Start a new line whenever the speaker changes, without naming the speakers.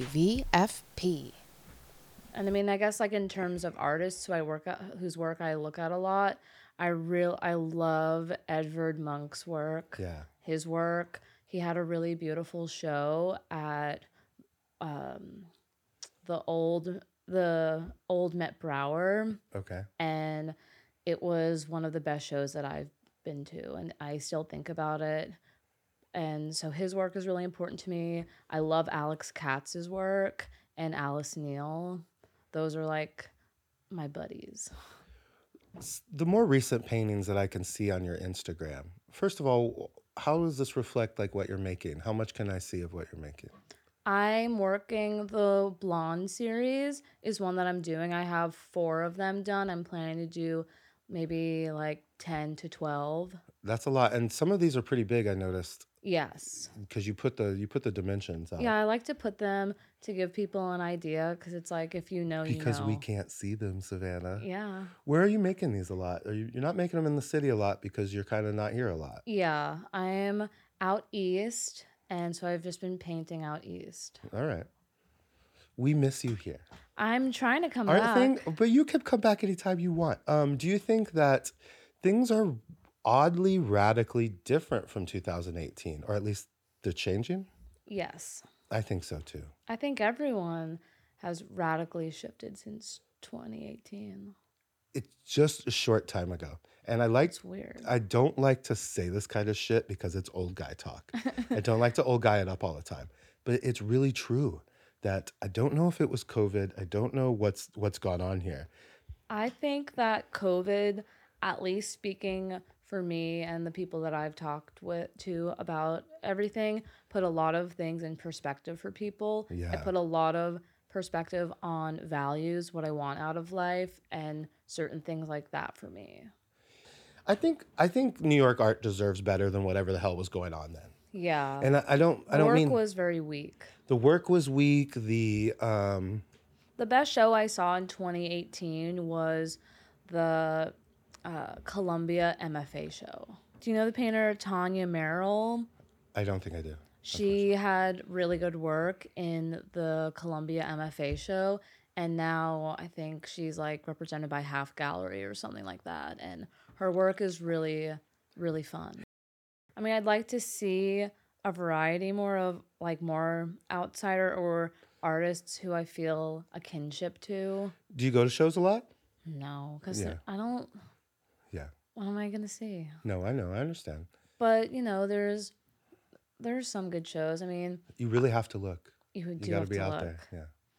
WVFP.
And I mean, I guess like in terms of artists who I work at, whose work I look at a lot, I real I love Edvard Munch's work.
Yeah.
His work. He had a really beautiful show at um, the old the old Met Brower,
Okay.
and it was one of the best shows that I've been to, and I still think about it. And so his work is really important to me. I love Alex Katz's work and Alice Neal. Those are like my buddies.
S- The more recent paintings that I can see on your Instagram. First of all, how does this reflect like what you're making? How much can I see of what you're making?
I'm working the blonde series is one that I'm doing. I have 4 of them done. I'm planning to do maybe like 10 to 12.
That's a lot, and some of these are pretty big. I noticed
Yes.
because you put the you put the dimensions out.
Yeah, I like to put them to give people an idea cuz it's like if you know
Because
you know.
we can't see them, Savannah.
Yeah.
Where are you making these a lot? Are you, you're not making them in the city a lot because you're kind of not here a lot.
Yeah, I'm out east and so I've just been painting out east.
All right. We miss you here.
I'm trying to come
Aren't
back.
thing- but you can come back anytime you want. Um, do you think that things are oddly radically different from 2018, or at least they're changing?
Yes.
I think so too.
I think everyone has radically shifted since 2018.
It's just a short time ago, and I like
It's weird.
I don't like to say this kind of shit because it's old guy talk. I don't like to old guy it up all the time, but it's really true that I don't know if it was COVID. I don't know what's what's gone on here.
I think that COVID, at least speaking for me and the people that I've talked with to about everything, put a lot of things in perspective for people.
Yeah.
It put a lot of perspective on values, what I want out of life, and certain things like that for me.
I think I think New York art deserves better than whatever the hell was going on then.
Yeah.
And I, I don't I don't
Uh-huh. Work
mean
was very weak.
the work was weak. The um
The best show I saw in 2018 was the uh, Columbia MFA show. Do you know the painter Tanya Merrill?
I don't think I do.
She had really good work in the Columbia MFA show, and now I think she's like represented by Half Gallery or something like that. And her work is really, really fun. I mean, I'd like to see a variety more of like more outsider or artists who I feel a kinship to.
Do you go to shows a lot?
No, because
Yeah.
I don't.
Yeah.
What am I gonna see?
No, I know. I understand.
But you know, there's there's some good shows. I mean,
You really have to look.
you
You
do
got to
have
be
to
out
look.
there. Yeah.